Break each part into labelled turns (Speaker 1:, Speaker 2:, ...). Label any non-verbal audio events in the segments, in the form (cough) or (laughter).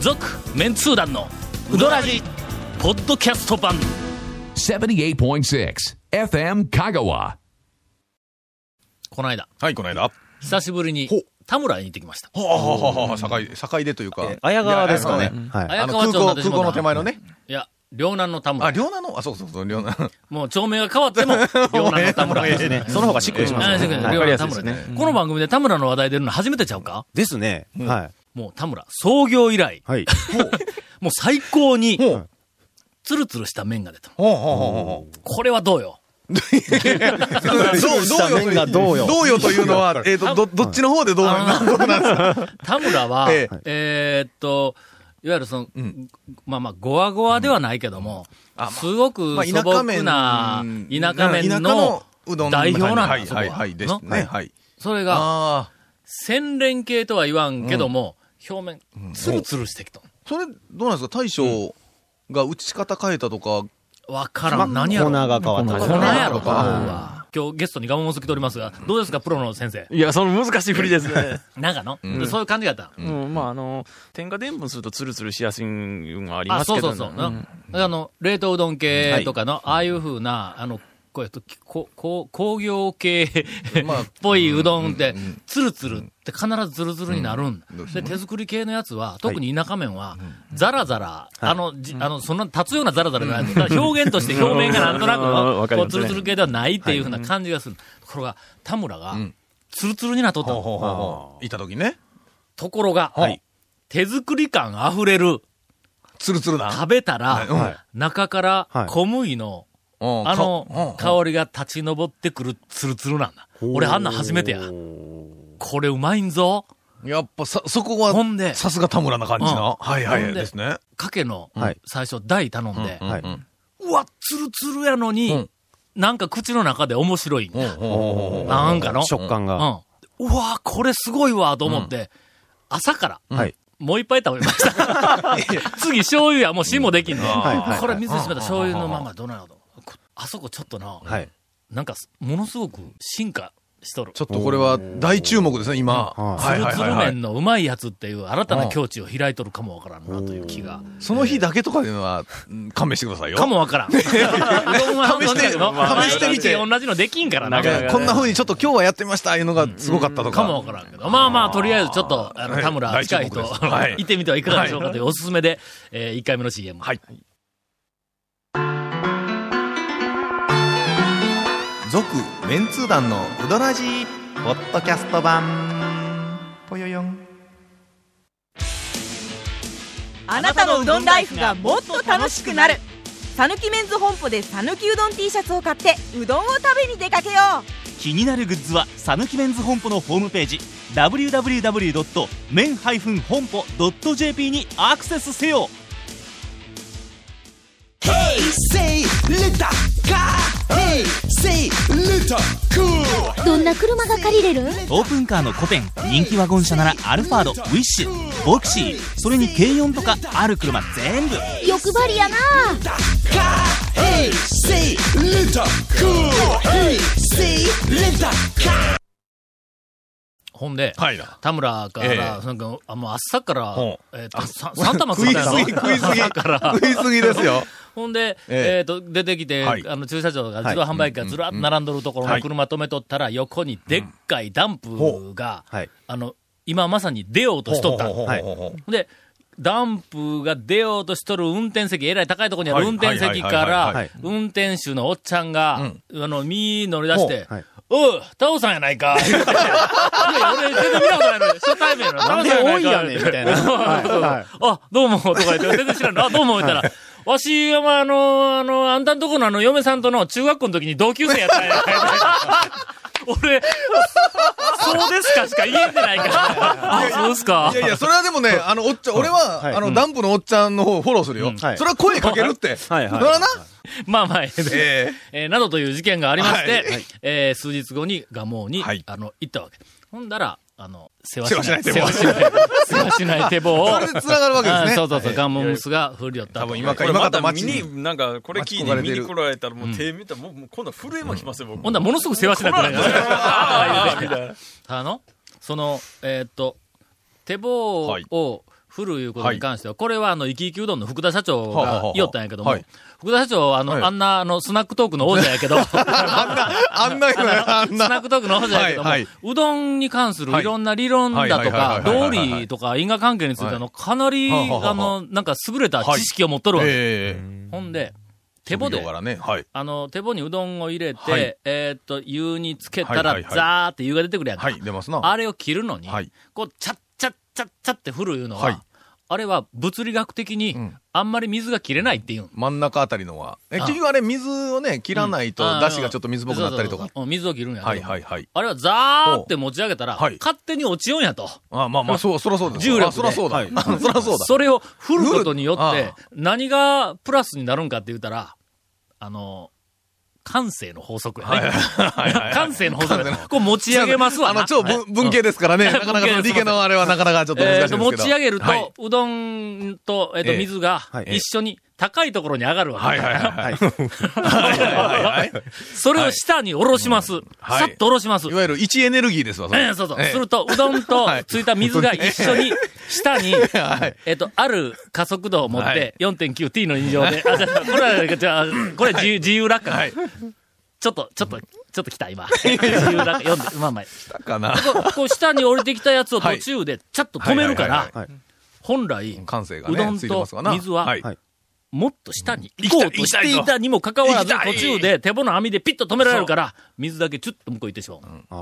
Speaker 1: 続メンツー団のウドラジポッドキャスト版
Speaker 2: 78.6 FM Kagawa.
Speaker 1: この間
Speaker 3: はい、この間。は
Speaker 1: 久しぶりに
Speaker 3: ほう
Speaker 1: 田村へ行ってきました
Speaker 3: あ、はあ、はあ、境で、境でというか。
Speaker 4: 綾川ですかね
Speaker 3: いや。綾
Speaker 4: はい。
Speaker 1: 綾
Speaker 3: 川ねあの、
Speaker 1: 川町になっ
Speaker 3: 空港、
Speaker 1: てし
Speaker 3: 空
Speaker 1: まう
Speaker 3: 港
Speaker 1: な
Speaker 3: の手前のね。
Speaker 1: いや両南の田
Speaker 3: あ、
Speaker 1: 村
Speaker 3: 両南の、あ、そうそうそう、両南。
Speaker 1: もう町名が変わって
Speaker 4: (laughs)
Speaker 1: も両南の田村
Speaker 3: もうええもうええ
Speaker 4: ね、その方がしっくりします
Speaker 1: あ
Speaker 4: ね。
Speaker 1: そうか
Speaker 4: は
Speaker 1: 両
Speaker 4: わ
Speaker 1: 南の
Speaker 4: かりやす
Speaker 1: 田
Speaker 4: いです
Speaker 1: 村
Speaker 4: ね。
Speaker 1: ねこの番組で田村の話題出るの初めてちゃうか
Speaker 4: ですね。はい。
Speaker 1: もう田村創業以来
Speaker 4: はい。
Speaker 1: (laughs) もう最高に
Speaker 3: ほう。
Speaker 1: ツルツルした麺が出た
Speaker 3: ほうほうほうほう。
Speaker 1: これはどうよ
Speaker 3: どう、
Speaker 4: した面がどうよ
Speaker 3: どうよというのは、えっと、ど、どっちの方でどうな
Speaker 1: あ
Speaker 3: のどうなんですか、
Speaker 1: 田村は
Speaker 3: え
Speaker 1: えーっと、いわゆるその、
Speaker 3: ん
Speaker 1: まあまあ、ごわごわではないけども、
Speaker 3: あまあ
Speaker 1: すごく
Speaker 3: まあ
Speaker 1: 素朴な
Speaker 3: うん
Speaker 1: 田舎麺
Speaker 3: 田
Speaker 1: の
Speaker 3: 舎のうどん
Speaker 1: 代表なんだ、
Speaker 3: はい
Speaker 1: そこは
Speaker 3: はいはい、です
Speaker 1: の
Speaker 3: ね。はい。
Speaker 1: それが、
Speaker 3: ああ、
Speaker 1: 洗練系とは言わんけども、表面、ツルツルしてきた。
Speaker 3: それ、どうなんですか大将が打ち方変えたとか、
Speaker 1: わからん。何やろ。
Speaker 4: コーナーが変わった
Speaker 1: 粉やろ
Speaker 3: 粉
Speaker 1: とは。今日ゲストにガモモス来ておりますが、どうですか、プロの先生。
Speaker 5: いや、その難しい振りで
Speaker 3: (laughs)
Speaker 5: すね。
Speaker 1: なんかの、そういう感じだった。
Speaker 5: うん、まあ、あの、添加伝分するとツルツルしやすいのがありま
Speaker 1: あ、
Speaker 5: す
Speaker 1: そ
Speaker 5: け
Speaker 1: う
Speaker 5: ど
Speaker 1: そ
Speaker 5: ね。
Speaker 1: うそう。
Speaker 5: う
Speaker 1: なんあの、冷凍うどん系とかの、ああいうふうな、あの、こうやって、ここ工業系
Speaker 3: まあ
Speaker 1: (laughs) っぽいうどんって
Speaker 3: うんうんうん、
Speaker 1: ツルツルって必ずツルツルになるんだ
Speaker 3: うんどうし。て
Speaker 1: で、
Speaker 3: も
Speaker 1: 手作り系のやつは、特に田舎麺は、ザラザラ、あの、じあの、そんな立つようなザラザラじゃない。ただ表現として表面がなんとなく
Speaker 5: うん
Speaker 1: の
Speaker 5: わかり
Speaker 1: こう、
Speaker 5: ます
Speaker 1: ツ
Speaker 5: ね
Speaker 1: ルツル系ではないっていうふうな感じがする。ところが、田村が
Speaker 3: ん、
Speaker 1: ツルツルになっとった
Speaker 3: ほう
Speaker 1: の。
Speaker 3: ほうほうほう。いた時ね。
Speaker 1: ところが
Speaker 3: はい、
Speaker 1: 手作り感あふれる。
Speaker 3: ツルツルな。
Speaker 1: 食べたら、
Speaker 3: は
Speaker 1: 中から
Speaker 4: はい
Speaker 1: 小麦の、
Speaker 3: うん
Speaker 1: あ
Speaker 3: かうん
Speaker 1: の、香りが立ち上ってくるツルツルなんだ。俺あんなん初めてや。これうまいんぞ。
Speaker 3: やっぱさ、そこは
Speaker 1: ほんで、
Speaker 3: さすが田村な感じな。
Speaker 1: うん
Speaker 3: はいはい
Speaker 1: ほん
Speaker 3: はい。
Speaker 1: で
Speaker 3: ですね。
Speaker 1: かけの
Speaker 4: はい
Speaker 1: 最初大頼んで、
Speaker 4: はい。
Speaker 1: うわ、ツルツルやの
Speaker 3: う
Speaker 1: に
Speaker 3: ん、
Speaker 1: なんか口の中で面白いんだ。なんかの。
Speaker 4: 食感が。
Speaker 1: うん。うわ、これすごいわ、と思って、朝から、
Speaker 4: はい。
Speaker 1: もう一杯食べました。 (laughs) 次、醤油や、もう芯もできんね
Speaker 4: はいはい
Speaker 1: これ水にしめた醤油のままどないのあそこちょっとな、
Speaker 4: はい。
Speaker 1: なんかす、ものすごく進化しとる。
Speaker 3: ちょっとこれは大注目ですね、今。
Speaker 4: うん
Speaker 1: ツ
Speaker 3: はい
Speaker 1: ル
Speaker 3: はい
Speaker 1: ツ
Speaker 3: はい
Speaker 1: ル
Speaker 3: はい
Speaker 1: 麺のうまいやつっていう新たな境地を開いとるかもわからんなという気が。
Speaker 3: その日だけとかいうのは、うん勘弁してくださいよ。
Speaker 1: かもわ
Speaker 3: (laughs)
Speaker 1: からん。うどんは
Speaker 3: 試して
Speaker 1: どんだけど
Speaker 3: 試してみて
Speaker 1: 毎日同じのできんからな。
Speaker 3: いやこんな風にちょっと今日はやってみました、いうのがすごかったとか。
Speaker 1: かもわからんけど。まあまあ、とりあえずちょっと、あの、
Speaker 3: はい
Speaker 1: 田村近い
Speaker 3: 大
Speaker 1: 人、
Speaker 3: 注目ですはい
Speaker 1: 行ってみてはいかがでしょうかというおすすめで、え1回目の CM。
Speaker 3: はい。続、メンツー団のうどらじポッドキャスト版。ぽよよん。
Speaker 6: あなたのうどんライフがもっと楽しくなるさぬきメンズ本舗でさぬきうどん T シャツを買ってうどんを食べに出かけよ
Speaker 7: 気になるグッズはさぬきメンズ本舗のホームページ www.men-honpo.jp にアクセスせよ
Speaker 8: どんな車が借りれる
Speaker 7: オープンカーの古典人気ワゴン車ならアルファードウィッシュボクシーそれに軽4とかある車全部
Speaker 8: 欲張りやな
Speaker 1: ほんで、
Speaker 3: はいな。
Speaker 1: 田村か
Speaker 3: え
Speaker 1: ら、なんか、あもう朝から
Speaker 3: ほう、
Speaker 1: えっと、さ三玉作っ
Speaker 3: 食い
Speaker 1: たやろ
Speaker 3: すぎ、食い
Speaker 1: (laughs)
Speaker 3: すぎ。
Speaker 1: 朝から
Speaker 3: 食いすぎですよ。
Speaker 1: ほんで、え
Speaker 3: え
Speaker 1: っ、と、出てきて、
Speaker 3: はい
Speaker 1: あの、駐車場が自動販売機がずらっと並んどるところ
Speaker 3: は
Speaker 1: の
Speaker 3: い
Speaker 1: 車止めとったら、横にでっかいダンプが、
Speaker 4: はい。
Speaker 1: あの、今まさに出ようとしとった。
Speaker 3: ほうほうほうほうほう
Speaker 1: で、ダンプが出ようとしとる運転席、えらい高いところにあ
Speaker 3: は
Speaker 1: る
Speaker 3: い
Speaker 1: 運転席か
Speaker 3: はいはいはいは
Speaker 1: ら
Speaker 3: い、
Speaker 1: 運転手のおっちゃんが、あの、身乗り出して、
Speaker 4: はい
Speaker 1: おう、タオさんやない
Speaker 3: (laughs)
Speaker 1: か。いやいや俺、全然見たことないのに、初対面の。タオさんやないか。
Speaker 4: なんで多いやねんみたいなはい
Speaker 1: そうそう
Speaker 4: はい
Speaker 1: あ、どうも、とか言って、全然知らんの。あ、どうも、言ったら。わしは、まあ、あの、あの、あんたんとこのあの、嫁さんとの中学校の時に同級生やったんや。
Speaker 3: (laughs)
Speaker 1: 俺、そうですかしか言えてないから。あ、そうですか
Speaker 3: い。やいや、それはでもね、あの、おっちゃん、俺は、
Speaker 4: はい
Speaker 3: あの、ダンプのおっちゃんの方をフォローするよ。
Speaker 4: んはい
Speaker 3: それは声かけ
Speaker 1: (laughs)
Speaker 3: るって。
Speaker 4: はいはい
Speaker 3: それはな、
Speaker 1: まあまあ、ええ
Speaker 3: え
Speaker 1: えーなどという事件がありまして、
Speaker 3: はいはい
Speaker 1: えー数日後に蒲生に、
Speaker 3: はい
Speaker 1: あの、行ったわけ。ほんだら、あの、世話しない、
Speaker 3: 世話
Speaker 1: 世話
Speaker 3: し
Speaker 1: しない、世話しない手棒を。
Speaker 3: それで繋がるわけですね
Speaker 1: あーそうそうそう、ガモムスが振り寄ったと。
Speaker 3: 多分今か
Speaker 5: こ
Speaker 3: ら、
Speaker 5: れ
Speaker 3: 今か
Speaker 5: ま
Speaker 3: ら
Speaker 5: た見
Speaker 3: 街に。
Speaker 5: に、なんか、これ聞い
Speaker 3: 巻き込まれ
Speaker 5: て
Speaker 3: て
Speaker 5: 見
Speaker 3: る
Speaker 5: に来られたら、もう手見たら、もう、もう今度震えまきますよ、僕。
Speaker 1: ほんだらものすごく世話しなくなる。 (laughs) あー言うてあの、その、えーっと、手棒を、
Speaker 3: はい
Speaker 1: を振るいうことに関しては、これはあの、生き生きうどんの福田社長
Speaker 3: はあはあ
Speaker 1: が
Speaker 3: はあ
Speaker 1: 言おったんやけども、
Speaker 3: はい
Speaker 1: 福田社長はあの、
Speaker 3: はい
Speaker 1: あんなあの、スナックトークの王者やけ
Speaker 3: (laughs)
Speaker 1: ど、
Speaker 3: あんな、あんなような、
Speaker 1: (laughs)
Speaker 3: あん
Speaker 1: スナッ
Speaker 3: な。
Speaker 1: クトークの方じゃないけども、
Speaker 3: はいは
Speaker 1: うどんに関するいろんな理論だと
Speaker 3: は
Speaker 1: か
Speaker 3: い、はいはい
Speaker 1: 道
Speaker 3: はいはいはい
Speaker 1: 理とか因果関係についてあの、かなり、
Speaker 3: はあはあはあ
Speaker 1: あの、なんか優れた知識を持っとるわけ。
Speaker 3: ええ。
Speaker 1: ほんで、手棒
Speaker 3: 職
Speaker 1: で
Speaker 3: 業、からね。はい。
Speaker 1: あの、手棒にうどんを入れて、
Speaker 3: はい
Speaker 1: えーっと、湯につけた
Speaker 3: はいは
Speaker 1: ら、
Speaker 3: いはい
Speaker 1: ザーって湯が出てくるやんか。
Speaker 3: はい、出ますな。
Speaker 1: あれを切るのに、
Speaker 3: はい
Speaker 1: こう、チャッチャッチャッチャって振るいうのは、
Speaker 3: はい
Speaker 1: あれは物理学的に
Speaker 3: ん、
Speaker 1: あんまり水が切れないっていうん。
Speaker 3: 真ん中あたりのは。え、
Speaker 1: あ
Speaker 3: 結局あれ、水をね、切らない
Speaker 1: あ
Speaker 3: と、
Speaker 1: ー
Speaker 3: 出汁がちょっと水っぽくなったりと
Speaker 1: そうそ
Speaker 3: か
Speaker 1: う。そううん水を切るんやけど
Speaker 3: はいはいはい。
Speaker 1: あれはザーって持ち上げたら、
Speaker 3: はい
Speaker 1: 勝手に落ちようんやと。
Speaker 3: あまあまあ、そう、そらそうだ。
Speaker 1: 重力で
Speaker 3: あそらそうだ。あそらそうだ。
Speaker 1: それを振ることによっ
Speaker 3: 振る
Speaker 1: て、何がプラスになるんかって言ったら、あの、感性の法則やね。感性の法則
Speaker 3: 感性の
Speaker 1: や。こう持ち上げますわ
Speaker 3: あ
Speaker 1: な。
Speaker 3: の、超
Speaker 1: はい
Speaker 3: 文文系ですからね。
Speaker 1: うん
Speaker 3: なかなかその
Speaker 1: 文系
Speaker 3: 理
Speaker 1: です
Speaker 3: 系のあれはなかなかちょっと
Speaker 1: え
Speaker 3: 難しいんで
Speaker 1: ーと
Speaker 3: すけど。
Speaker 1: 持ち上げると、
Speaker 3: はい。
Speaker 1: うどんと、えっ、と、
Speaker 3: ええ
Speaker 1: 水が
Speaker 4: はい
Speaker 1: 一緒に高いところに上がるわけ。
Speaker 3: はいはいはい。
Speaker 4: は
Speaker 3: は
Speaker 4: い。
Speaker 3: いはいはい
Speaker 1: それを下に下ろします。
Speaker 3: はい
Speaker 1: さっと下ろします。
Speaker 3: いわゆる位置エネルギーですわ、そ
Speaker 1: え
Speaker 3: れ
Speaker 1: えそうそう。
Speaker 3: ええ
Speaker 1: すると、うどんと
Speaker 3: はい
Speaker 1: ついた水が一緒に、下に、
Speaker 3: はい
Speaker 1: えっと、ある加速度を持っ
Speaker 3: は
Speaker 1: て
Speaker 3: い、
Speaker 1: 4.9t の2乗で、あ、じゃあこれは、じゃあこれは自由自由落下。
Speaker 3: はい。
Speaker 1: ちょっと、ちょっと、ちょっと来た、今。自由落下、4.9、まあまあ。
Speaker 3: だかな。
Speaker 1: こうこう、下に降りてきたやつを
Speaker 3: は
Speaker 1: 途
Speaker 3: い
Speaker 1: 中で、ちゃっと止めるか
Speaker 3: はい
Speaker 1: ら
Speaker 3: はい、
Speaker 4: はい。
Speaker 1: 本来、
Speaker 3: 感性が
Speaker 1: うど
Speaker 3: ね、
Speaker 1: ん
Speaker 3: ついてますわな。
Speaker 1: と水は
Speaker 3: はい
Speaker 4: はい
Speaker 1: もっと下に行こうとしていたにもかかわらず、
Speaker 3: 行きたい
Speaker 1: 途中で手棒の網でピッと止められるから、水だけチュッと向こう行ってしまう。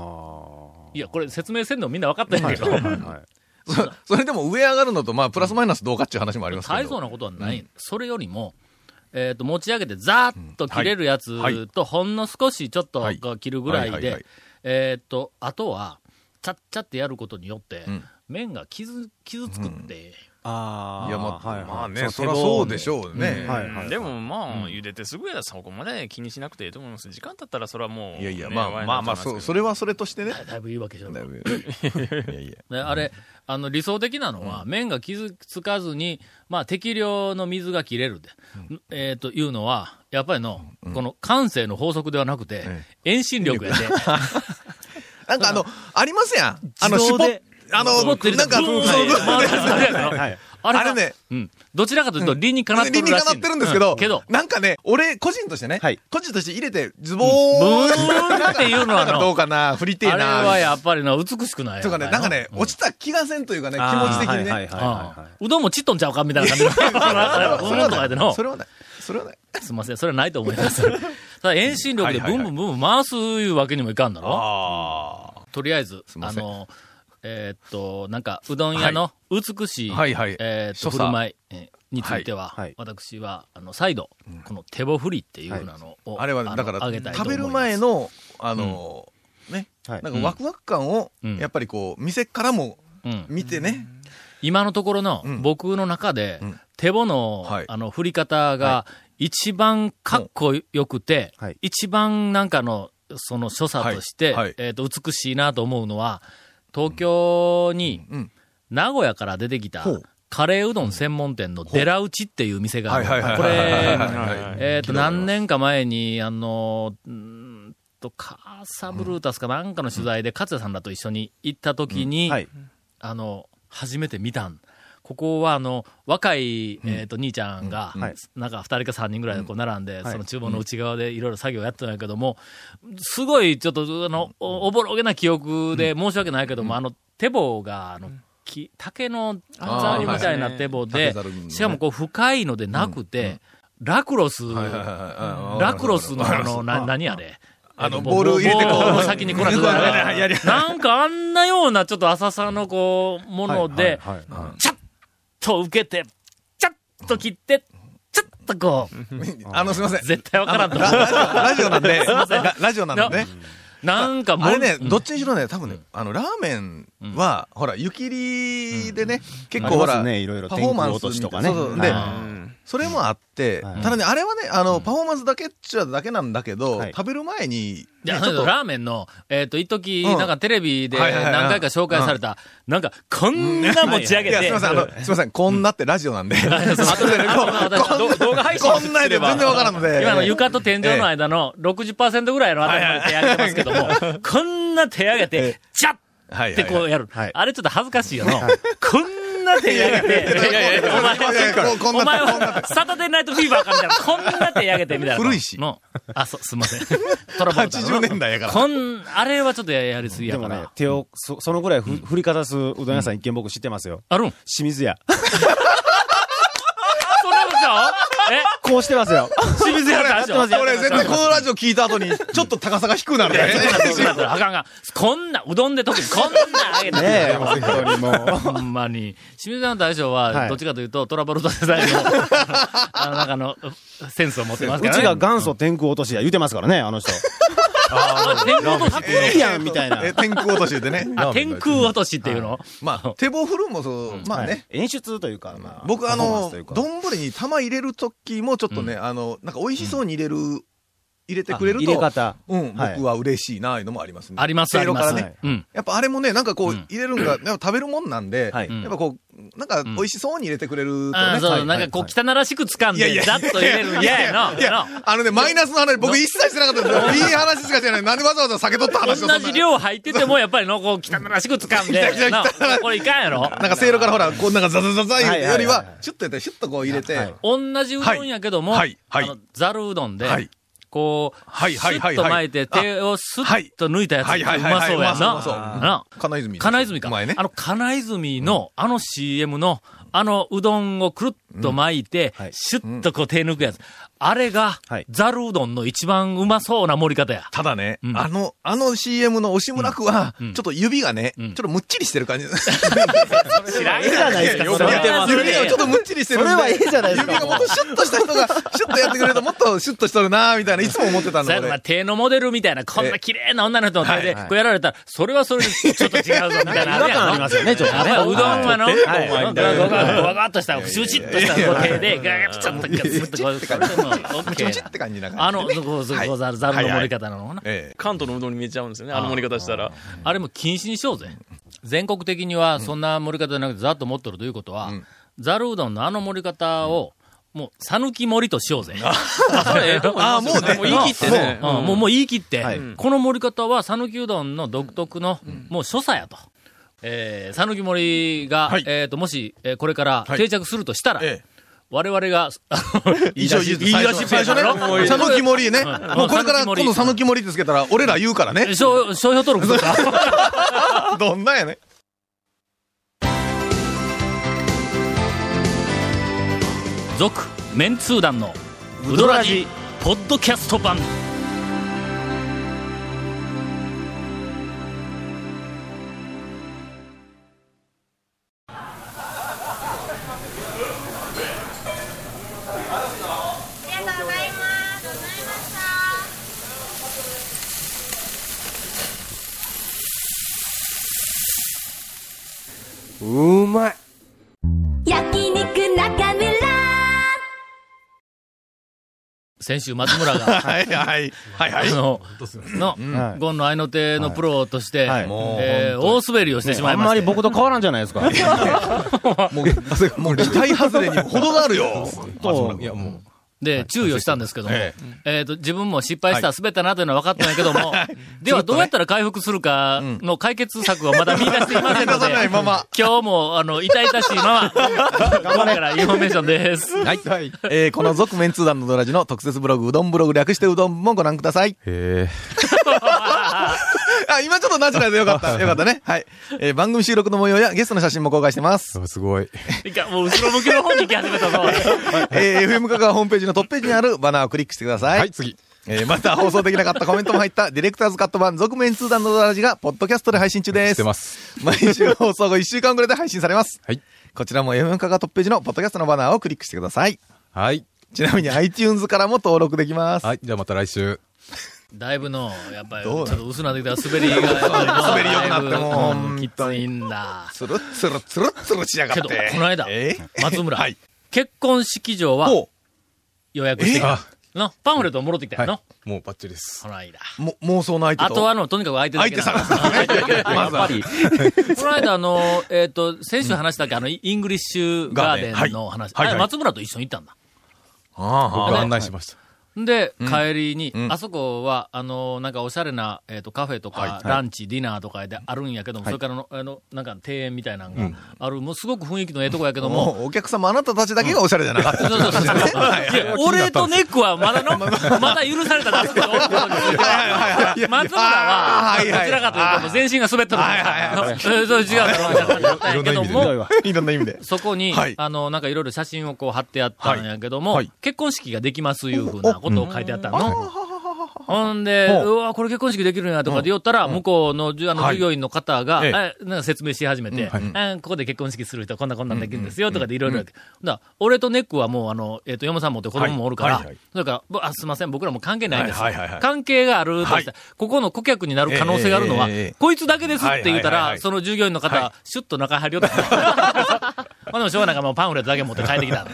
Speaker 4: あ
Speaker 1: いや、これ説明せんでもみんな分かったんやけど、
Speaker 4: あ。はい。
Speaker 3: そそれでも上上がるのと、まあ、プラスマイナスどうかっていう話もありますけど。
Speaker 1: 大層なことはない。それよりも、えっと、持ち上げてザーッと切れるや
Speaker 3: うんはい
Speaker 1: つと、ほんの少しちょっと
Speaker 3: はい
Speaker 1: こう切るぐら
Speaker 3: はいいはいは
Speaker 1: で
Speaker 3: い、
Speaker 1: えっと、あとは、ちゃっちゃってやることによって
Speaker 3: ん、
Speaker 1: 麺が傷、傷つくって、
Speaker 4: ああ。
Speaker 3: いや、まあ、
Speaker 4: はいはい
Speaker 3: まあね、そり
Speaker 4: の
Speaker 3: ゃ
Speaker 4: 手
Speaker 3: そ
Speaker 4: 棒
Speaker 3: うでしょうね。
Speaker 4: はいはい。
Speaker 5: でもまあ、茹でてすぐやらそこまで気にしなくていいと思います。時間経ったらそれはもう、
Speaker 3: いやいや、
Speaker 5: ね
Speaker 3: まあ
Speaker 5: ワイン
Speaker 3: まあまあ、
Speaker 5: になって
Speaker 3: そ
Speaker 5: ま
Speaker 3: う
Speaker 5: す
Speaker 3: それはそれとしてね。
Speaker 1: だいぶいいわけじゃない
Speaker 3: だい。ぶいやいや。
Speaker 1: であれ、あの、理想的なのは、麺が傷つかずに、まあ、適量の水が切れるで、えーというのは、やっぱりの、この感性の法則ではなくて、遠心力やで、
Speaker 3: なんかあの、ありますやん。あの、
Speaker 1: 自
Speaker 3: 絞
Speaker 1: 動で
Speaker 3: っ、あの、
Speaker 1: 絞ってる
Speaker 3: なんか、
Speaker 1: ブーン
Speaker 3: そうそう
Speaker 1: 回るやつあるやろ
Speaker 4: はい。
Speaker 1: あれ
Speaker 3: あれ
Speaker 1: ね
Speaker 3: ね、
Speaker 1: うん。どちらかというと、理にかなって
Speaker 3: 理
Speaker 1: る
Speaker 3: に
Speaker 1: らし
Speaker 3: か
Speaker 1: い。
Speaker 3: なってるんですけど、
Speaker 1: うけど、
Speaker 3: なんかね、俺、個人としてね、
Speaker 4: はい
Speaker 3: 個人として入れて、ズボ
Speaker 1: ブ
Speaker 3: ーン
Speaker 1: ーンっていうのは
Speaker 3: どう
Speaker 1: の、
Speaker 3: かな、振りてえ
Speaker 1: あれ
Speaker 3: な。
Speaker 1: はやっぱりな、美しくないや
Speaker 3: とかね、
Speaker 1: お
Speaker 3: な
Speaker 1: 前
Speaker 3: ん
Speaker 1: の
Speaker 3: かね、落ちた気がせんというかね、気持ち的にね。
Speaker 4: はいはいはいは
Speaker 1: うんうどんもちっとんちゃうかみたいな感じ
Speaker 3: (laughs)
Speaker 1: の。うんとか言っての
Speaker 3: それはない。それはない。
Speaker 1: すみません、それはないと思い
Speaker 3: (laughs)
Speaker 1: ます。ただ遠心力でブンブンブンブン回すいうわけにもいかんだろ、
Speaker 3: ああ。
Speaker 1: とりあえず、
Speaker 3: い
Speaker 1: あ
Speaker 3: ません
Speaker 1: の、えーっと、なんか、うどん屋の美しい、
Speaker 3: はいはい
Speaker 1: えーっと、
Speaker 3: 所
Speaker 1: 振
Speaker 3: 作
Speaker 1: る舞いえーについては、
Speaker 4: はいはい
Speaker 1: 私は、あの、再度、この手ぼ振りっていうふうなのを、
Speaker 3: あれはね、
Speaker 1: の
Speaker 3: だから、
Speaker 1: あげたいと
Speaker 3: 食
Speaker 1: 思い
Speaker 3: べ
Speaker 1: ます
Speaker 3: る前の、あの、ね、
Speaker 4: はい
Speaker 3: なんかワクワク感を、
Speaker 1: うん
Speaker 3: やっぱりこう、店からも
Speaker 1: うん
Speaker 3: 見てね、
Speaker 1: 今のところの、
Speaker 3: うん
Speaker 1: 僕の中で、
Speaker 3: うん
Speaker 1: 手棒の、
Speaker 3: はい
Speaker 1: あの、振り方が、一番かっこよくて、
Speaker 4: うんはい
Speaker 1: 一番なんかの、その所作として、
Speaker 3: はいはい
Speaker 1: えーっ、と、美しいなと思うのは、東京に、
Speaker 3: うん
Speaker 1: 名古屋から出てきた
Speaker 3: ほう、
Speaker 1: カレーうどん専門店のデラウチっていう店があ
Speaker 3: は
Speaker 1: る
Speaker 3: い
Speaker 1: の
Speaker 3: はいはい
Speaker 1: こ
Speaker 3: はいはい
Speaker 1: れ、
Speaker 3: はいはい。
Speaker 1: えっと、何年か前に、あの、うーんと、カーサブルータスかなんかの取材で、勝也さんらと一緒に行った時
Speaker 4: い。
Speaker 1: に
Speaker 4: は、い。
Speaker 1: あの、初めて見たん。ここは、あの、若い、えっと、兄ちゃんが
Speaker 4: うんはい、
Speaker 1: なんか二人か三人ぐらいでこう並んで、
Speaker 4: はい
Speaker 1: その厨房の内側でいろいろ作業やってたんやけども、すごい、ちょっと、あの、おおぼろげな記憶で申し訳ないけども、あの、手棒が、あの、木竹のザリみたいな手棒
Speaker 3: はいは
Speaker 1: で
Speaker 3: い竹ざるみの、ね
Speaker 1: しかもこう深いのでなくて、ラクロス、
Speaker 3: はいはいはい
Speaker 1: ラクロスのあの、
Speaker 3: な、
Speaker 1: な、何あれ
Speaker 3: あの
Speaker 1: えっと
Speaker 3: ボール入れてこう
Speaker 1: ボールを先にこらす
Speaker 3: やりやり
Speaker 1: なんかあんなようなちょっと浅さのこう、もので、
Speaker 4: はいはいはい。
Speaker 1: ちゃっと受けて、ちゃっと切って、ちゃっとこう、
Speaker 3: (laughs) あの、すいません。
Speaker 1: 絶対わからんと思
Speaker 3: ラ
Speaker 1: う。
Speaker 3: ララジオなんで、
Speaker 1: (laughs)
Speaker 3: ララジオなんでね。
Speaker 1: なんかもう
Speaker 3: あれね、どっちにしろね、多分ね、あの、ラーメンは、ほら、湯切りでね、結構ほ
Speaker 4: あり
Speaker 3: ら、
Speaker 4: ますねいろいろ
Speaker 3: パフォーマンス
Speaker 4: 天気落としと
Speaker 3: そ
Speaker 4: かね
Speaker 3: うそうで
Speaker 1: は、
Speaker 3: それもあって、
Speaker 4: はい
Speaker 3: ただね、あれはね、あの、パフォーマンスだけっちゃだけなんだけど
Speaker 4: はい、
Speaker 3: 食べる前に、
Speaker 1: いや、
Speaker 3: ねちょっと
Speaker 1: ラーメンの、えっ、と、一時
Speaker 3: うん
Speaker 1: なんかテレビで
Speaker 3: はいはいはい
Speaker 1: 何回か紹介された、なんか、こんな持ち上げ
Speaker 3: いや、
Speaker 1: て、
Speaker 3: すいません、あの、すいません、こんなってラジオなんで。すいませんこ
Speaker 1: 後で後で
Speaker 3: んな
Speaker 1: 動画配信
Speaker 3: こんなんで全然わからんので。
Speaker 1: 今の床と天井の間の60%ぐらいの頭まで手上げてますけども、こんな手上げて、ジャッってこうやる。
Speaker 4: はい
Speaker 1: あれちょっと恥ずかしいよの。こんなな手上げて、
Speaker 5: いやいや
Speaker 1: お前
Speaker 3: いやいやこうこんな
Speaker 1: お前
Speaker 3: こんな
Speaker 1: はサタデーナイトフィーバーかみたいな、こんな手上げてみたいな。
Speaker 3: 古いし
Speaker 1: のあ、そう、すいません。トラボルタの
Speaker 3: 80年代やから
Speaker 1: こん、あれはちょっとややりすぎ
Speaker 4: で
Speaker 1: や
Speaker 4: も
Speaker 1: か
Speaker 4: ね
Speaker 1: ら。、
Speaker 4: 手を、そそのぐらいふ振りかざすうどん屋さん一見僕知ってますよ。
Speaker 1: あるん
Speaker 4: 清水屋。 (laughs)
Speaker 1: そんなことえ
Speaker 4: こうしてますよ。
Speaker 1: 清水屋さんでしょ
Speaker 4: やってます
Speaker 3: 俺絶対このラジオ聞いた後に、ちょっと高さが低くなるね。
Speaker 1: そんなことあかんあかん。こんな、うどんで特にこんな上げてみ
Speaker 4: (laughs) ね
Speaker 1: た
Speaker 4: え、
Speaker 1: いな
Speaker 4: 本当に (laughs) もう。
Speaker 1: ほんまに。清水さんの大将
Speaker 4: は
Speaker 1: は、
Speaker 4: い
Speaker 1: どっちかというと、トラボルタデザイン
Speaker 3: (laughs)
Speaker 1: の、あの、なんかあの、センスを持ってます
Speaker 4: う
Speaker 1: からね。
Speaker 4: ちが元祖天空落としや言うてますからね、あの (laughs) 人。
Speaker 1: あ天空落としっていう
Speaker 4: いいやん、みたいな。
Speaker 3: え天空落としでね。
Speaker 1: の。あ天空落としっていうの
Speaker 3: まあ、手棒振るんもそう、まあね。
Speaker 4: 演出というか、まあ。
Speaker 3: 僕あ
Speaker 4: パフォーマン
Speaker 3: の
Speaker 4: スというか、
Speaker 3: 丼に玉入れる時もちょっとね、あの、なんか美味しそうに入れる、入れてくれると。
Speaker 4: 入れ方。
Speaker 3: うん、
Speaker 4: はい
Speaker 3: 僕は嬉しいな、いうのもありますね。
Speaker 1: あります、あり
Speaker 3: せいろ
Speaker 1: ます。
Speaker 3: からね。
Speaker 1: うん。
Speaker 3: やっぱあれもね、なんかこう、
Speaker 1: うん
Speaker 3: 入れるんが、やっぱ食べるもんなんで、
Speaker 4: はい
Speaker 3: やっぱこう、なんか美味しそうに入れてくれるとね。
Speaker 1: ああ、
Speaker 3: は
Speaker 1: そ、
Speaker 3: いう
Speaker 1: なんかこう、汚らしく掴ん
Speaker 3: いやい
Speaker 1: で、
Speaker 3: や
Speaker 1: ざっと入れるん嫌やの。
Speaker 3: いや
Speaker 1: の、
Speaker 3: あのね、マイナスの話、僕一切してなかったですよ。いい話しかしてない。なんでわざわざ酒取った話を
Speaker 1: 同じ量入ってても、やっぱりの、こう、汚らしく
Speaker 3: (laughs)
Speaker 1: 掴んで、なこれいかんやろ
Speaker 3: なんかせいろからほら、こうなんかザザザザ
Speaker 4: はいはいはい
Speaker 3: よりは、シュッとやって、シュッとこう入れて、
Speaker 4: はい
Speaker 1: 同じうどんやけども、
Speaker 3: はいはい
Speaker 1: あのざるうどんで、
Speaker 3: はい
Speaker 1: こう、
Speaker 3: はいはいは
Speaker 1: スッ
Speaker 3: い
Speaker 1: と
Speaker 3: はい
Speaker 1: 巻いて、手をスッと抜いたやつ、
Speaker 3: はいうはいはい
Speaker 1: まそうや
Speaker 3: うまそううまそう
Speaker 1: な。な
Speaker 3: 金泉。
Speaker 1: 金泉か。
Speaker 3: 前ね
Speaker 1: あ。の、金泉の、あの CM の、あのうどんをくるっと巻いて、
Speaker 4: はい
Speaker 1: シュッとこう手抜くやつ。あれが
Speaker 4: はい、
Speaker 1: ざるうどんの一番うまそうな盛り方や。
Speaker 3: ただね、
Speaker 1: うん
Speaker 3: あの、あの CM の押村区は、
Speaker 1: ん
Speaker 3: ちょっと指がね、
Speaker 1: ん
Speaker 3: ちょっとむっちりしてる感じ。
Speaker 1: 知らん
Speaker 4: ええじゃないですか、それ
Speaker 1: よく似てますね
Speaker 3: 指がちょっとむっちりしてるんで。
Speaker 4: それはええじゃないですか
Speaker 3: 指がもっとシュッとした人が、シュッとやってくれるともっとシュッとしとるなぁみたいな、いつも思ってた
Speaker 1: そ
Speaker 3: ん
Speaker 1: う
Speaker 3: だ
Speaker 1: やな
Speaker 3: 俺。
Speaker 1: 手のモデルみたいな、こんな綺麗な女の人の手で、
Speaker 3: はいはい
Speaker 1: こうやられたら、それはそれでちょっと違うぞ、
Speaker 4: (laughs)
Speaker 1: みたいな。
Speaker 4: 違和感ありますよね、ちょっとね。
Speaker 1: やっぱうどんはの、
Speaker 4: はい
Speaker 1: わがわがわがっとした、ふしゅちっとしたこう手で、ガガガちょっと、ガスッとこう、これでも、オッケ
Speaker 3: むちっ
Speaker 1: ー。
Speaker 3: て感じな
Speaker 1: あの、
Speaker 3: 感じでね。
Speaker 1: そこ、そこ、ざるざるの盛り方なのかな。
Speaker 3: ええ。
Speaker 5: 関東のうどんに見えちゃうんですよね、あの盛り方したら。
Speaker 1: あれも禁止にしようぜ。全国的にはそんな盛り方じゃなくて、ざっと持っとるということは
Speaker 3: ん、
Speaker 1: ざるうどんのあの盛り方を、もう、さぬき盛りとしようぜ。それええと思い
Speaker 3: ああ、
Speaker 1: ますよ
Speaker 3: もうね。
Speaker 5: もう言い切ってね。
Speaker 1: うんもう、もう言い切って、
Speaker 4: はい
Speaker 1: この盛り方は、讃岐うどんの独特の、もう所作やと。えー、讃岐盛りが、
Speaker 3: はい
Speaker 1: えっ、と、もし、えーこれから
Speaker 3: はい
Speaker 1: 定着するとしたら、
Speaker 3: ええ
Speaker 1: 我々が、あの
Speaker 3: 以上、
Speaker 1: 言
Speaker 3: 言
Speaker 1: い
Speaker 3: い
Speaker 1: 出
Speaker 3: 出
Speaker 1: し (laughs)
Speaker 3: し、
Speaker 1: 言い出し
Speaker 3: 最初ね。
Speaker 1: 最 (laughs)
Speaker 3: 佐
Speaker 1: 初
Speaker 3: 野木森ね。
Speaker 1: うん
Speaker 3: もうこれから、
Speaker 1: うん
Speaker 3: 今度佐野木森ってつけたら、俺ら言うからね。
Speaker 1: 商商標登録するか
Speaker 3: どんなんやね。
Speaker 1: 続、メンツー団の、ウドラジ、ポッドキャスト版。
Speaker 4: うまい。
Speaker 8: 焼肉中村
Speaker 1: 先週、松村が、
Speaker 3: (laughs) はいはい。はいは
Speaker 1: あ
Speaker 3: い。
Speaker 1: の、の、
Speaker 4: はい
Speaker 1: ゴンの愛の手のプロとして、
Speaker 4: はい
Speaker 3: もう
Speaker 1: えー大滑りをしてしま
Speaker 4: あ
Speaker 1: い
Speaker 4: ん
Speaker 1: まし
Speaker 4: ま
Speaker 1: て
Speaker 4: り僕と変わらんじゃないですか。
Speaker 3: もう、もう、期待外れにも程があるよ。
Speaker 4: と
Speaker 3: いや、もう。
Speaker 1: で、注意をしたんですけども、え
Speaker 3: え
Speaker 1: っ、と、自分も失敗した、滑ったなというのは分かったんやけども、 (laughs) ではどうやったら回復するかの解決策をまだ見出していませんので、
Speaker 3: (laughs) 見出さないまま
Speaker 1: 今日も、あの、痛々しい
Speaker 3: (laughs)
Speaker 1: まま、今からインフォメーションです。
Speaker 3: はい。えーこの続面通談のドラジの特設ブログ、うどんブログ略してうどんもご覧ください。
Speaker 4: へ
Speaker 3: (laughs) あ、今ちょっとナチュラルでよかった。 (laughs) よかったね。はい。えー番組収録の模様やゲストの写真も公開して (laughs) ます。
Speaker 4: え。すごい。
Speaker 1: いやもう後ろ向きの方に行き始めたぞ。
Speaker 3: えー FM カカホームページのトップページにあるバナーをクリックしてください。はい、次。えーまた放送できなかったコメントも入ったディレクターズカット版続面通談のドラジが、ポッドキャストで配信中です。ます。毎週放送後1週間ぐらいで配信されます。はい。こちらも FM カカトップページのポッドキャストのバナーをクリックしてください。
Speaker 9: はい。
Speaker 3: ちなみに iTunes からも登録できます。
Speaker 9: はい。じゃあまた来週。
Speaker 1: だいぶの、やっぱり、ち
Speaker 3: どう
Speaker 1: ょっ
Speaker 3: なの
Speaker 1: と薄なってきた滑りが、
Speaker 3: (laughs) 滑り良くなってもう
Speaker 1: だいぶ
Speaker 3: 本
Speaker 1: き
Speaker 3: 当
Speaker 1: つ
Speaker 3: に
Speaker 1: いんだ。
Speaker 3: つるっつるつるっつるしやがっ
Speaker 1: け
Speaker 3: て。
Speaker 1: ど、この間、
Speaker 3: えー
Speaker 1: 松村、
Speaker 3: はい
Speaker 1: 結婚式場は
Speaker 3: ほ
Speaker 1: 予約してきた
Speaker 9: あ。
Speaker 1: の、パンフレットをもろってきたよの、
Speaker 9: い。もうバッチリです。
Speaker 1: この間。
Speaker 3: う、も、妄想の相手と。
Speaker 1: あとは、あの、とにかく相手だ
Speaker 3: 相
Speaker 1: け
Speaker 3: 手
Speaker 1: な
Speaker 3: 探すね。
Speaker 1: (laughs)
Speaker 3: まずは。
Speaker 1: この間、あの、えっ、と、先週話したっけ、あの、イイングリッシュガーデンの話。
Speaker 3: ガ
Speaker 1: あれ
Speaker 3: ーデンはいはいはい
Speaker 1: 松村と一緒に行ったんだ。
Speaker 3: あ
Speaker 9: 僕が案内しました。
Speaker 1: で、帰りに、
Speaker 3: うん
Speaker 1: あそこは、あの、なんかおしゃれな、えっ、と、カフェとか、ランチ、ディナーとかであるんやけども、それからの、あの、なんか庭園みたいなのがある、もうすごく雰囲気のええとこやけども、
Speaker 3: もうお客様あなたたちだけがおしゃれじゃなかった。
Speaker 1: そうそうそうそう。いや俺とネックはまだの、まだ許されたんですけど、松村は、
Speaker 3: あ
Speaker 1: ど
Speaker 3: ーはい
Speaker 1: ち
Speaker 3: はい
Speaker 1: らかというともう全身が滑っとる
Speaker 3: はいはい
Speaker 1: から。そうそう違うから、
Speaker 4: いろんな
Speaker 1: けども、
Speaker 3: い
Speaker 4: 意味でね
Speaker 3: ろんな意味で。
Speaker 1: そこに
Speaker 3: はい、
Speaker 1: あの、なんかいろいろ写真をこう貼ってあったんやけども
Speaker 3: はい、
Speaker 1: 結婚式ができますいうふうなことを書いてあったの。ほんで、
Speaker 3: ほう
Speaker 1: うわ、これ結婚式できるんやとかで言ったら、向こうの、じゅあの、
Speaker 3: はい
Speaker 1: 従業員の方が、
Speaker 3: ええ
Speaker 1: あなんか説明し始めて、
Speaker 3: はい
Speaker 1: あここで結婚式する人はこんなこんなんできるんですよとかでいろいろやって、だから俺とネックはもう、あの、えっ、と、山さんもって子供もおるから、
Speaker 3: はいはいはい
Speaker 1: だからぼあ、すいません、僕らも関係ないんです。
Speaker 3: はいはいはいはい
Speaker 1: 関係があるとしたら、ここの顧客になる可能性があるのは、
Speaker 3: ええええええ
Speaker 1: こいつだけですって言ったら、
Speaker 3: はいはいはいはい
Speaker 1: その従業員の方、シュッと中入りよった。 (laughs) まあでもしょうがないからもうパンフレットだけ持って帰ってき
Speaker 3: (laughs)
Speaker 1: た。あ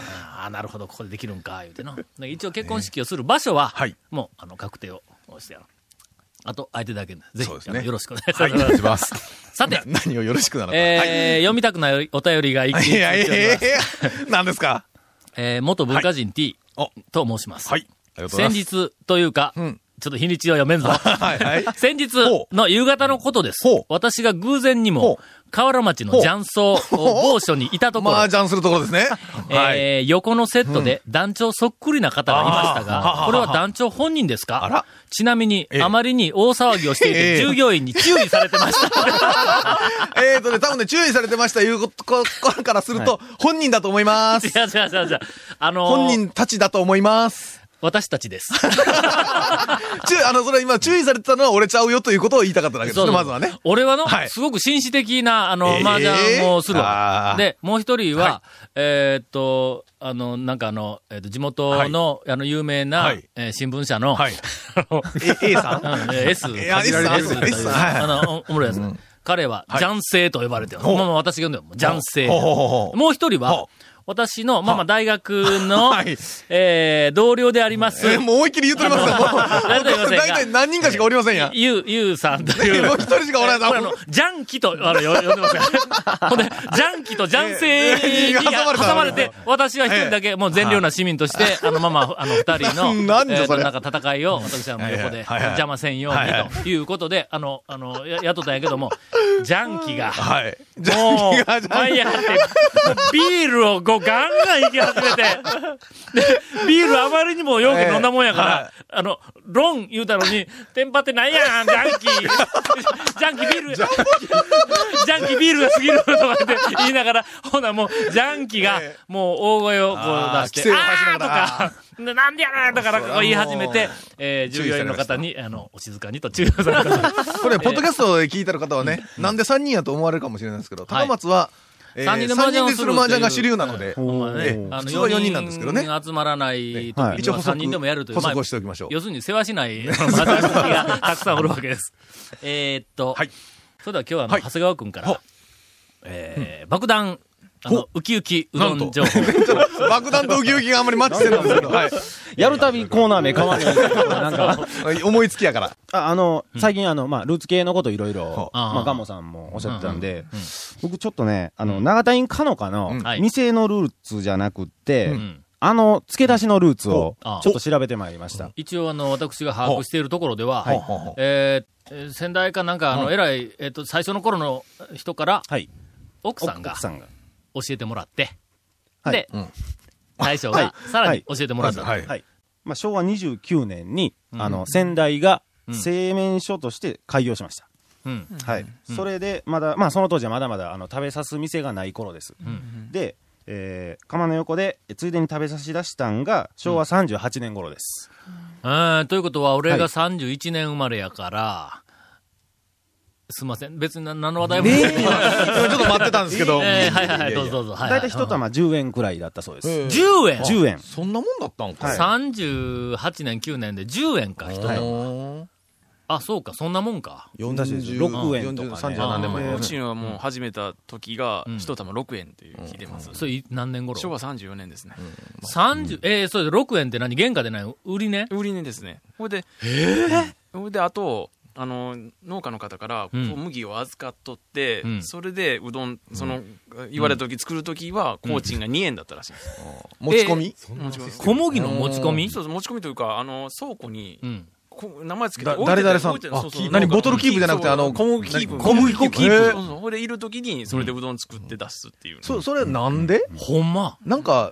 Speaker 1: あ、なるほど、ここでできるんか、言うてな。で一応結婚式をする場所は、
Speaker 3: はい
Speaker 1: もう、あの、確定をしてやろう。あと、相手だけで、ぜひ
Speaker 3: そうです、ね
Speaker 1: あのよろしくお願いし
Speaker 3: は
Speaker 1: ます。
Speaker 3: い、お願いします。
Speaker 1: (laughs) さ
Speaker 3: (laughs)
Speaker 1: て、
Speaker 3: 何をよろしくなのか。
Speaker 1: えー読みたくないお便りが一
Speaker 3: はい
Speaker 1: 気
Speaker 3: い
Speaker 1: に
Speaker 3: や、
Speaker 1: 来ており
Speaker 3: え
Speaker 1: ます。
Speaker 3: え、何ですか
Speaker 1: えー元文化人 T
Speaker 3: お、
Speaker 1: と申します。
Speaker 3: はい。ありがとうござい
Speaker 1: 先
Speaker 3: ます。
Speaker 1: 日というか、
Speaker 3: ん
Speaker 1: ちょっと日にちを読めんぞ。
Speaker 3: はいはい。
Speaker 1: (laughs) 先日の夕方のことです
Speaker 3: ほう。
Speaker 1: 私が偶然に
Speaker 3: ほ
Speaker 1: も
Speaker 3: う、
Speaker 1: 河原町の
Speaker 3: ほう
Speaker 1: 雀荘、某所にいたところ、
Speaker 3: (laughs) 麻雀するところですね。はい。
Speaker 1: えー横のセットで団長そっくりな方がいました
Speaker 3: あーはは
Speaker 1: が、
Speaker 3: は
Speaker 1: これは団長本人です
Speaker 3: あ
Speaker 1: からちなみに、
Speaker 3: ええ
Speaker 1: あまりに大騒ぎをしてい
Speaker 3: ええ
Speaker 1: て、従業員に注意されて
Speaker 3: (laughs)
Speaker 1: ました。
Speaker 3: えーとね、多分ね、注意されてましたいうことここからすると、本人だと思います。
Speaker 1: 違う違う違う違う。あのー
Speaker 3: 本人たちだと思います。
Speaker 1: 私たちです。
Speaker 3: ちゅあの、それは今注意されてたのは俺ちゃうよということを言いたかっただけですね、まずはね。
Speaker 1: 俺はの、
Speaker 3: はい
Speaker 1: すごく紳士的な、あの、
Speaker 3: えー
Speaker 1: 麻雀をする
Speaker 3: あ
Speaker 1: わ
Speaker 3: ー
Speaker 1: け。で、もう一人は、えーっと、あの、なんかあの、えーっと、地元の、あの、有名な、
Speaker 3: はい
Speaker 1: えー新聞社の、
Speaker 3: はい
Speaker 1: あの
Speaker 3: え A
Speaker 1: (laughs)
Speaker 3: さん
Speaker 1: うんえー S、
Speaker 3: えー
Speaker 1: 限られて
Speaker 3: S
Speaker 1: るという
Speaker 3: S はい
Speaker 1: あの、おおもろいやつ。彼は、
Speaker 3: い
Speaker 1: ジャンセイと呼ばれてる。まあまあ私が呼んだよ。ジャンセイ。
Speaker 3: ほうほうほうほう
Speaker 1: もう一人
Speaker 3: ほ
Speaker 1: は、私の、まあまあ大学の
Speaker 3: (laughs) はい、
Speaker 1: えー同僚であります、
Speaker 3: えーもう思いっきり言っておりますよ、もう。
Speaker 1: 大体いませんが
Speaker 3: 大体何人かしかおりませんや。
Speaker 1: ゆう、ゆうさんと
Speaker 3: い
Speaker 1: い
Speaker 3: や
Speaker 1: う。
Speaker 3: もう一人しかおらん
Speaker 1: えーこれあの、ジャンキと、あの、よ呼んでますから。ほんで、ジャンキとジャンセイに
Speaker 3: えー挟まれた
Speaker 1: 挟まれて、私は一人だけ、もう善良な市民として、あの、まあまあ、あの、二人の、
Speaker 3: なんだ
Speaker 1: えー
Speaker 3: それ
Speaker 1: なんか戦いを、私はもう横で、
Speaker 3: はいはい
Speaker 1: 邪魔せんよう
Speaker 3: はいは
Speaker 1: に、ということで、あの、あの、や雇ったんやけども、ジャンキが、
Speaker 3: はい。じゃ
Speaker 1: も
Speaker 3: あ、
Speaker 1: う、前やがって、ビールをこうガンガン行き始めて、で、ビールあまりにもよく飲んだもんやから、あの、ロン言うたのに、テンパってないやん、ジャンキー。ジャンキービール、ジャンキービールが過ぎるとかって言いながら、ほなもう、ジャンキーが、もう大声をこう出して、
Speaker 3: あー規制を発しな
Speaker 1: あー
Speaker 3: が
Speaker 1: と
Speaker 3: ら
Speaker 1: か、でなんでやねんとかなんかこう言い始めて、えー従業員の方に、あの、お静かにと注意をされた。
Speaker 3: これ、ポッドキャストで聞いてる方はね、なんで3人やと思われるかもしれないですけど、
Speaker 1: はい
Speaker 3: 高松は、えー
Speaker 1: 三人で麻
Speaker 3: 三
Speaker 1: 雀
Speaker 3: 人
Speaker 1: を
Speaker 3: です
Speaker 1: る
Speaker 3: る麻雀が主流なので、
Speaker 1: ほんまね
Speaker 3: ええ
Speaker 1: あの
Speaker 3: 普通は4人なんですけどね
Speaker 1: 四人集まらない時
Speaker 4: はい
Speaker 1: には3人でもやるという。
Speaker 3: 補足
Speaker 1: まあ
Speaker 3: をしておきましょう
Speaker 1: 要するに世話し (laughs) ない、あのマザーズ好きがたくさんおるわけ
Speaker 3: (laughs)
Speaker 1: です。えーっと、
Speaker 3: はい
Speaker 1: それでは今日はあの、
Speaker 3: はい
Speaker 1: 長谷川くんか
Speaker 3: ほう
Speaker 1: ら、えー爆弾、あの、ウキウキうど
Speaker 3: なん
Speaker 1: ん
Speaker 3: と
Speaker 1: 情報。 (laughs)
Speaker 3: 爆弾とウキウキがあんまりマッチしてないんですけど、はい
Speaker 4: やるたびコーナー名変わるやんなんか、
Speaker 3: はい思いつきやから。
Speaker 4: (laughs) ああの、最近あの、まあ、ルーツ系のこといろいろ、
Speaker 1: ああ
Speaker 4: まあ、ガモさんもおっしゃってたんで、僕ちょっとね、あの、長田院かのかの
Speaker 1: んは、い
Speaker 4: 店のルーツじゃなくって
Speaker 1: ん、
Speaker 4: あの、付け出しのルーツを
Speaker 1: ああ、
Speaker 4: ちょっと調べてまいりました。
Speaker 1: 一応あの、私が把握しているところでは、
Speaker 3: ほうほうほう
Speaker 1: えーえー先代かなんか、あの、偉い、えーっと、最初の頃の人から、
Speaker 4: はい。
Speaker 1: 奥さんが
Speaker 4: 奥さんが。
Speaker 1: 教えてもらって、
Speaker 4: はい
Speaker 1: で、
Speaker 3: ん
Speaker 1: 大将がさらに教えてもらったと。
Speaker 3: はい。
Speaker 4: はい。まあ、昭和29年に、あの、先代が
Speaker 1: ん
Speaker 4: 製麺所として開業しました。
Speaker 1: うん
Speaker 4: はい。それで、まだ、まあ、その当時はまだまだ、あの、食べさす店がない頃です。で、えー釜の横で、えついでに食べさし出したんが、昭和38年頃です。
Speaker 1: えーということは、俺
Speaker 4: は
Speaker 1: が
Speaker 4: い
Speaker 1: 31年生まれやから、すいません。別に何の話題もない。
Speaker 3: 今ちょっと待ってたんですけど。
Speaker 1: えーはいはいはい、どうぞどうぞ。はいは
Speaker 4: 大
Speaker 1: い
Speaker 4: 体一玉10円くらいだったそうです。
Speaker 3: え
Speaker 1: 10円
Speaker 4: 10円。
Speaker 3: そんなもんだったんか。
Speaker 4: はい
Speaker 1: ?38 年、9年で10円か、人の。あ、そうか、そんなもんか。
Speaker 4: 6円とかね
Speaker 3: 30何年前
Speaker 5: うちはもう始めた時が、一玉6円っていう聞いてます。
Speaker 1: それ、い何年頃
Speaker 5: 昭和34年ですね。
Speaker 1: ?30、えー、それで6円って何原価でない売りね
Speaker 5: 売り値ですね。ほいで、えほいで、あと、あの農家の方から
Speaker 1: うん
Speaker 5: 小麦を預かっとって、
Speaker 1: うん
Speaker 5: それでうどんその、言われた時作る時は工賃が2円だったらしいんです、
Speaker 3: 持ち込み、
Speaker 5: 持ち込み
Speaker 1: 小麦の持ち込み
Speaker 5: そうそう持ち込みというかあの倉庫に、
Speaker 1: うん。
Speaker 5: こ名前つけて
Speaker 3: だ
Speaker 5: 置いて
Speaker 3: 誰々さん
Speaker 5: 置いてそうそう
Speaker 3: あ何
Speaker 5: なんか
Speaker 3: ボトルキープじゃなくて
Speaker 5: そう
Speaker 3: あの
Speaker 5: 小麦キープ
Speaker 3: 小麦粉キープ
Speaker 5: そうそうそうそれでいる時にそれでうどん作って出すっていう、
Speaker 3: そ、それなんで
Speaker 1: ほんま。
Speaker 3: なんか、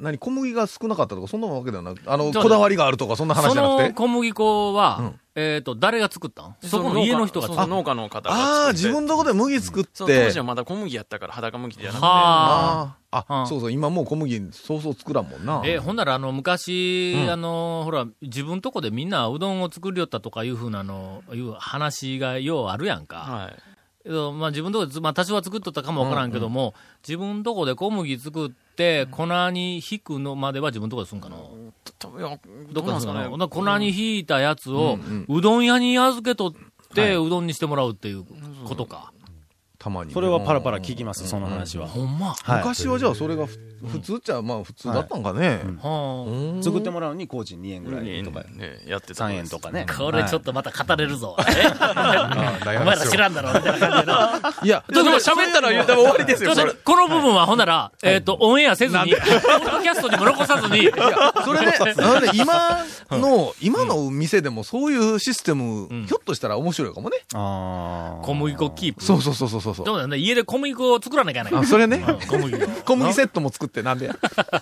Speaker 3: 何小麦が少なかったとか、そんなわけではなく、あの、
Speaker 1: じゃあ
Speaker 3: こだわりがあるとか、そんな話
Speaker 1: そ
Speaker 3: じゃなく
Speaker 1: の
Speaker 3: て。
Speaker 1: 小麦粉は、
Speaker 3: うん
Speaker 1: えっ、と、誰が作ったん
Speaker 5: で
Speaker 1: そこの家の人が
Speaker 5: そう
Speaker 1: 作っ
Speaker 5: そ
Speaker 1: た
Speaker 5: う
Speaker 1: ん
Speaker 5: 農家の方が
Speaker 3: ああ、
Speaker 5: 作
Speaker 3: 自
Speaker 5: って
Speaker 3: 分のとこで麦作っ
Speaker 5: そう当
Speaker 3: て
Speaker 5: 時。はまだ小麦やったから裸麦じゃなくて
Speaker 1: はあ。
Speaker 3: あーあ、
Speaker 1: うん
Speaker 3: そうそう、今もう小麦、そうそう作らんもんな。
Speaker 1: え、ほんなら、あの、昔、
Speaker 3: うん
Speaker 1: あの、ほら、自分とこでみんなうどんを作りよったとかいうふうなの、いう話がようあるやんか。
Speaker 5: はい
Speaker 1: けどまあ自分のとこで、まあ多少は作っとったかもわからんけども、自分のとこで小麦作って、粉にひくのまでは自分のとこですんかな。
Speaker 5: 多分いや
Speaker 1: どっか
Speaker 5: う
Speaker 1: で
Speaker 5: な
Speaker 1: す
Speaker 5: んす
Speaker 1: んか
Speaker 5: か
Speaker 1: な。
Speaker 5: ね
Speaker 1: ほんなら粉にひいたやつを、
Speaker 3: う
Speaker 1: うんどん屋に預けとって、
Speaker 3: はいう
Speaker 1: どんにしてもらうっていうことか。
Speaker 3: たまに。
Speaker 4: それはパラパラ聞きます、その話は。
Speaker 1: ほんま。
Speaker 4: はい
Speaker 3: 昔はじゃあそれがふ普通っちゃまあ普通だったんかね。
Speaker 1: はあ
Speaker 3: うん
Speaker 4: 作ってもらうのに工賃2円ぐらいとか、
Speaker 5: ねやってた
Speaker 4: 3円とかね。
Speaker 1: これちょっとまた語れるぞ。 (laughs)
Speaker 3: 悩
Speaker 1: お
Speaker 3: みま
Speaker 1: 前
Speaker 3: す
Speaker 1: ら
Speaker 3: よ
Speaker 1: 知らんだろ、みたいな感じでな。
Speaker 3: いや、
Speaker 1: ちょっと待って
Speaker 5: 喋ったら言うたら終わりです
Speaker 1: ちょ
Speaker 5: よ
Speaker 1: っと待
Speaker 5: それ
Speaker 1: ってこの部分はほんなら、えっと、オンエアせずに、ポッドキャストにも残さずに、(laughs)
Speaker 3: それで、なんで今の、今の店でもそういうシステム、
Speaker 1: ん
Speaker 3: ひょっとしたら面白いかもね。
Speaker 4: あー
Speaker 1: 小麦粉キープ。
Speaker 3: そうそうそうそうそうそう。
Speaker 1: そうだよね。家で小麦粉を作らなきゃいけない
Speaker 3: あ、。それね。
Speaker 1: 小麦粉。
Speaker 3: 小麦セットも作って、なん
Speaker 1: (laughs)
Speaker 3: で。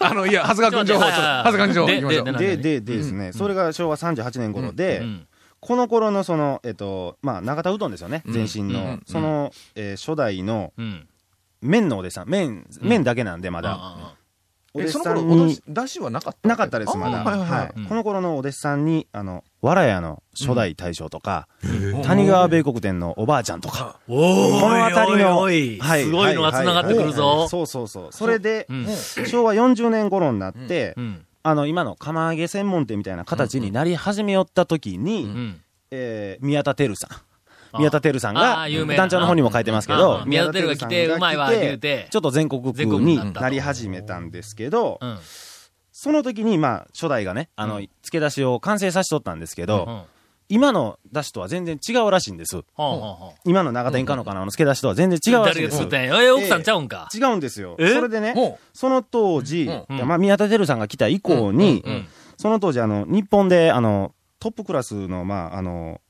Speaker 3: あの、いや、長谷川君情報、
Speaker 1: ちょっと待
Speaker 3: 長
Speaker 1: ってはい
Speaker 3: 谷川君情報
Speaker 1: で
Speaker 3: 行きましょう
Speaker 1: で。で
Speaker 4: で、で、でですね、それが昭和38年頃で、
Speaker 1: うん
Speaker 4: この頃のその、えっと、まあ、永田うどんですよね、前身の。
Speaker 3: うん
Speaker 4: その、えー初代の
Speaker 1: うん。
Speaker 4: 麺のお弟子さん、麺、麺だけなんで、まだ。
Speaker 1: あ
Speaker 4: お
Speaker 3: え
Speaker 4: 弟
Speaker 3: そ
Speaker 4: 子
Speaker 3: の
Speaker 4: さん
Speaker 3: 頃、お出
Speaker 4: に
Speaker 3: し、、出汁はなかった
Speaker 4: なかったです、まだ。
Speaker 3: あーはいはいは
Speaker 4: はいい
Speaker 1: うん
Speaker 4: この頃のお弟子さんに、あの、わらやの初代大将とか、
Speaker 3: ん
Speaker 4: 谷川米国店のおばあちゃんとか、
Speaker 1: あお
Speaker 4: この辺りの、
Speaker 1: おいおいおいすごいのが繋がってくる
Speaker 4: はいはいは
Speaker 1: ぞ
Speaker 4: い。そうそうそう。それで
Speaker 1: う、ん。
Speaker 4: 昭和40年頃になって、
Speaker 1: うん。
Speaker 4: あの、今の釜揚げ専門店みたいな形になり始めよった時に、
Speaker 1: うん。
Speaker 4: えー宮田照さ
Speaker 1: あ
Speaker 4: ん。宮田照さん
Speaker 1: あ
Speaker 4: が、
Speaker 1: ー有名な
Speaker 4: 団長の方にも書いてますけど
Speaker 1: あー、宮田照が来てうまいわ
Speaker 4: 宮田照さんが来
Speaker 1: 言うて
Speaker 4: ちょっと全国区
Speaker 1: 全国区になっ
Speaker 4: に
Speaker 1: た
Speaker 4: なり始めたんですけど
Speaker 1: う、ん。
Speaker 4: その時に、まあ、初代がね、あの、
Speaker 1: うん
Speaker 4: 付け出しを完成させとったんですけ
Speaker 1: うん。
Speaker 4: ど、
Speaker 1: は
Speaker 4: 今の出汁とは全然違うらしいんです。
Speaker 1: あはあはあ
Speaker 4: 今の長田インカのかなの付け出しとは全然違うらしい
Speaker 1: 誰
Speaker 4: んで
Speaker 1: が
Speaker 4: す
Speaker 1: 作っ。たんや。え、奥さんちゃうんか。
Speaker 4: 違うんですよ。そ
Speaker 1: え
Speaker 4: れでね、
Speaker 3: も
Speaker 4: その当時、
Speaker 3: うん
Speaker 4: まあ、宮田照さんが来た以降
Speaker 1: ん
Speaker 4: に、
Speaker 1: うん
Speaker 4: その当時あの、日本であのトップクラスの,、まあ、あの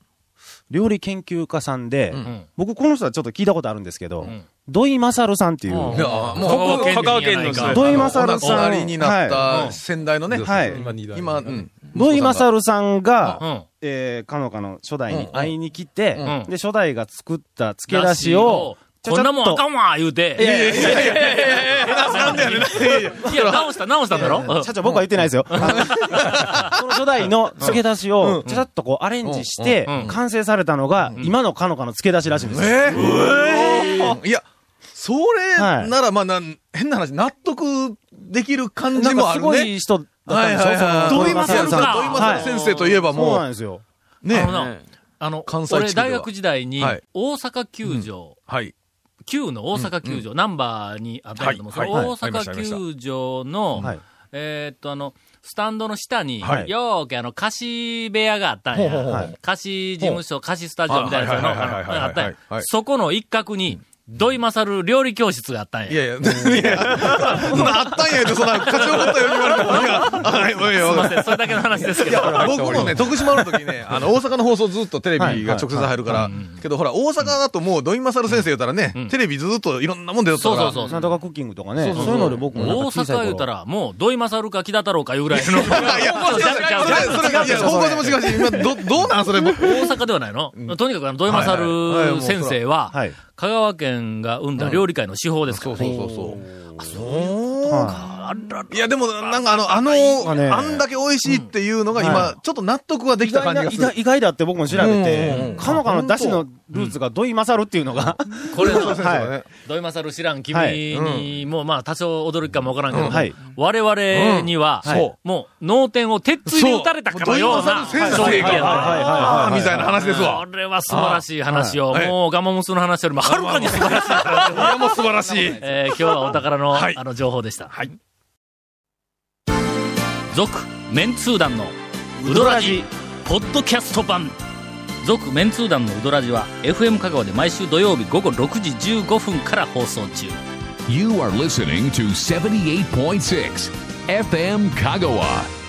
Speaker 4: 料理研究家さんで、
Speaker 1: うん。
Speaker 4: 僕、この人はちょっと聞いたことあるんですけど、
Speaker 1: ん
Speaker 4: 土井勝さんっていう、
Speaker 3: う、いや、もう、
Speaker 1: 香川県
Speaker 5: 香川
Speaker 1: 民や
Speaker 5: 県
Speaker 1: ない
Speaker 5: の
Speaker 1: か
Speaker 3: あ
Speaker 5: 人
Speaker 3: の
Speaker 4: 土井勝
Speaker 3: お亡
Speaker 4: さん
Speaker 3: くなりになっ
Speaker 1: は
Speaker 3: た
Speaker 1: い
Speaker 3: 先代のね、
Speaker 4: はい
Speaker 3: 今、今、うん。
Speaker 4: 土井勝さんが、
Speaker 1: うん。
Speaker 4: えー、かのかの初代
Speaker 3: う
Speaker 4: に
Speaker 3: ん
Speaker 4: 会いに来て、
Speaker 1: んうん
Speaker 4: で初代が作った付け出しを、ちょ
Speaker 1: こんなもんあかんわ言うて。いやいやいやいやいや、直した直したんだろうん
Speaker 4: 社長、僕は言ってないですよ。あのその初代の付け出しを、ちゃちゃっとこうアレンジして
Speaker 1: うんうん、
Speaker 4: 完成されたのが、今のかのかの付け出しらしいんですよ。
Speaker 3: えーいや、それ
Speaker 4: はい
Speaker 3: なら、まあ、なん変な話、納得できる感
Speaker 4: な
Speaker 3: じ
Speaker 4: ん
Speaker 3: も
Speaker 4: か
Speaker 3: あ
Speaker 4: す
Speaker 3: る
Speaker 4: ご
Speaker 3: ね。
Speaker 4: い人だったんでしょ
Speaker 3: はいはいはい
Speaker 4: その
Speaker 3: 土井
Speaker 1: まさ
Speaker 3: 勝
Speaker 1: るさん
Speaker 4: は
Speaker 3: 土
Speaker 4: い
Speaker 3: 井勝先生といえば
Speaker 4: そうな
Speaker 3: も
Speaker 4: んですよ。
Speaker 3: う、ね
Speaker 1: あ、のなあの、
Speaker 3: 関西地
Speaker 1: 俺
Speaker 3: 区では
Speaker 1: 大学時代に
Speaker 3: はい、
Speaker 1: 大阪球場、
Speaker 3: はい。
Speaker 1: 旧の大阪球場、ナンバーにあったけども、そ
Speaker 3: はい
Speaker 1: の
Speaker 3: はい
Speaker 1: 大阪球場の
Speaker 4: はい、
Speaker 1: えーっと、あの、スタンドの下に、
Speaker 4: はい
Speaker 1: よーけ、あの、貸し部屋があったん
Speaker 3: ほうほうほ
Speaker 1: や
Speaker 3: う。
Speaker 1: 貸し事務所、貸しスタジオみたいなやつ
Speaker 3: あはいはいはいはいはい
Speaker 1: があったんや
Speaker 3: はい。
Speaker 1: そこの一角に、土井勝る料理教室があったん
Speaker 3: い
Speaker 1: や。
Speaker 3: やいや、いや、そんなあったんや言うて、そんな、勝ち怒ったように言われても、いや、はい、おい
Speaker 1: すいま
Speaker 3: おい
Speaker 1: せん、それだけの話ですけど。
Speaker 3: 僕もね、徳島の時ね、あの、大阪の放送ずっとテレビが直接入るから、けどほら、大阪だともう、土井勝先生言うたらね、テレビずっといろんなもんでやったから、
Speaker 1: そう
Speaker 4: なんとかクッキングとかね、
Speaker 3: そうそう
Speaker 4: そういうので僕もなん
Speaker 1: 大
Speaker 4: か小さ
Speaker 1: 阪
Speaker 4: い
Speaker 1: 言うた
Speaker 4: 頃。
Speaker 1: ら、もう、土井勝か木田太郎かいうぐらいの。
Speaker 3: い
Speaker 1: (laughs)
Speaker 3: や、それ、それ、いや、方向性も違うし、今、ど、どうなんそれ、
Speaker 1: 大阪ではないの、とにかくあの、土井
Speaker 3: はいはいはい
Speaker 1: 勝先生は、
Speaker 4: はい
Speaker 1: 香川県が生んだ料理界の司法ですか
Speaker 3: そ
Speaker 1: ら
Speaker 3: う
Speaker 1: ね。
Speaker 3: そうそうそう。そう
Speaker 4: はい
Speaker 3: や、でも、なんかあの、あの、
Speaker 4: ね
Speaker 3: あんだけ美味しいっていうのが今、ちょっと納得はで
Speaker 4: 意
Speaker 3: きた
Speaker 4: 外
Speaker 3: 感じ
Speaker 4: な
Speaker 3: が
Speaker 4: 意
Speaker 3: する
Speaker 4: 外。意外だって僕も調べ
Speaker 3: うんうんうん
Speaker 4: て、かのかの出汁のルーツが土井勝っていうのが、
Speaker 1: これの、
Speaker 3: そうそうそうね
Speaker 1: 土井勝知らん君
Speaker 4: はい
Speaker 1: に、もうまあ多少驚きかもわからんけども、
Speaker 4: うんはい
Speaker 1: 我々には、
Speaker 3: うんそう
Speaker 1: もう脳天を鉄槌で打たれたかのような
Speaker 3: そう土井勝
Speaker 1: 衝
Speaker 3: 先生
Speaker 1: 撃
Speaker 3: が
Speaker 1: やな。
Speaker 3: あーみたいな話ですわ
Speaker 1: こ。れは素晴らしい話を、
Speaker 3: あはい
Speaker 1: もうガモムスの話よりもはるかに素晴らしい。
Speaker 3: いや、もう素晴らしい。
Speaker 1: えー今日はお宝の、
Speaker 3: はい
Speaker 1: あの情報でした。
Speaker 3: はい。
Speaker 1: 続、メンツー団の、ウドラジ、ポッドキャスト版。続メンツー団のウドラジは FM 香川で毎週土曜日午後6時15分から放送中
Speaker 2: You are listening to 78.6 FM Kagawa.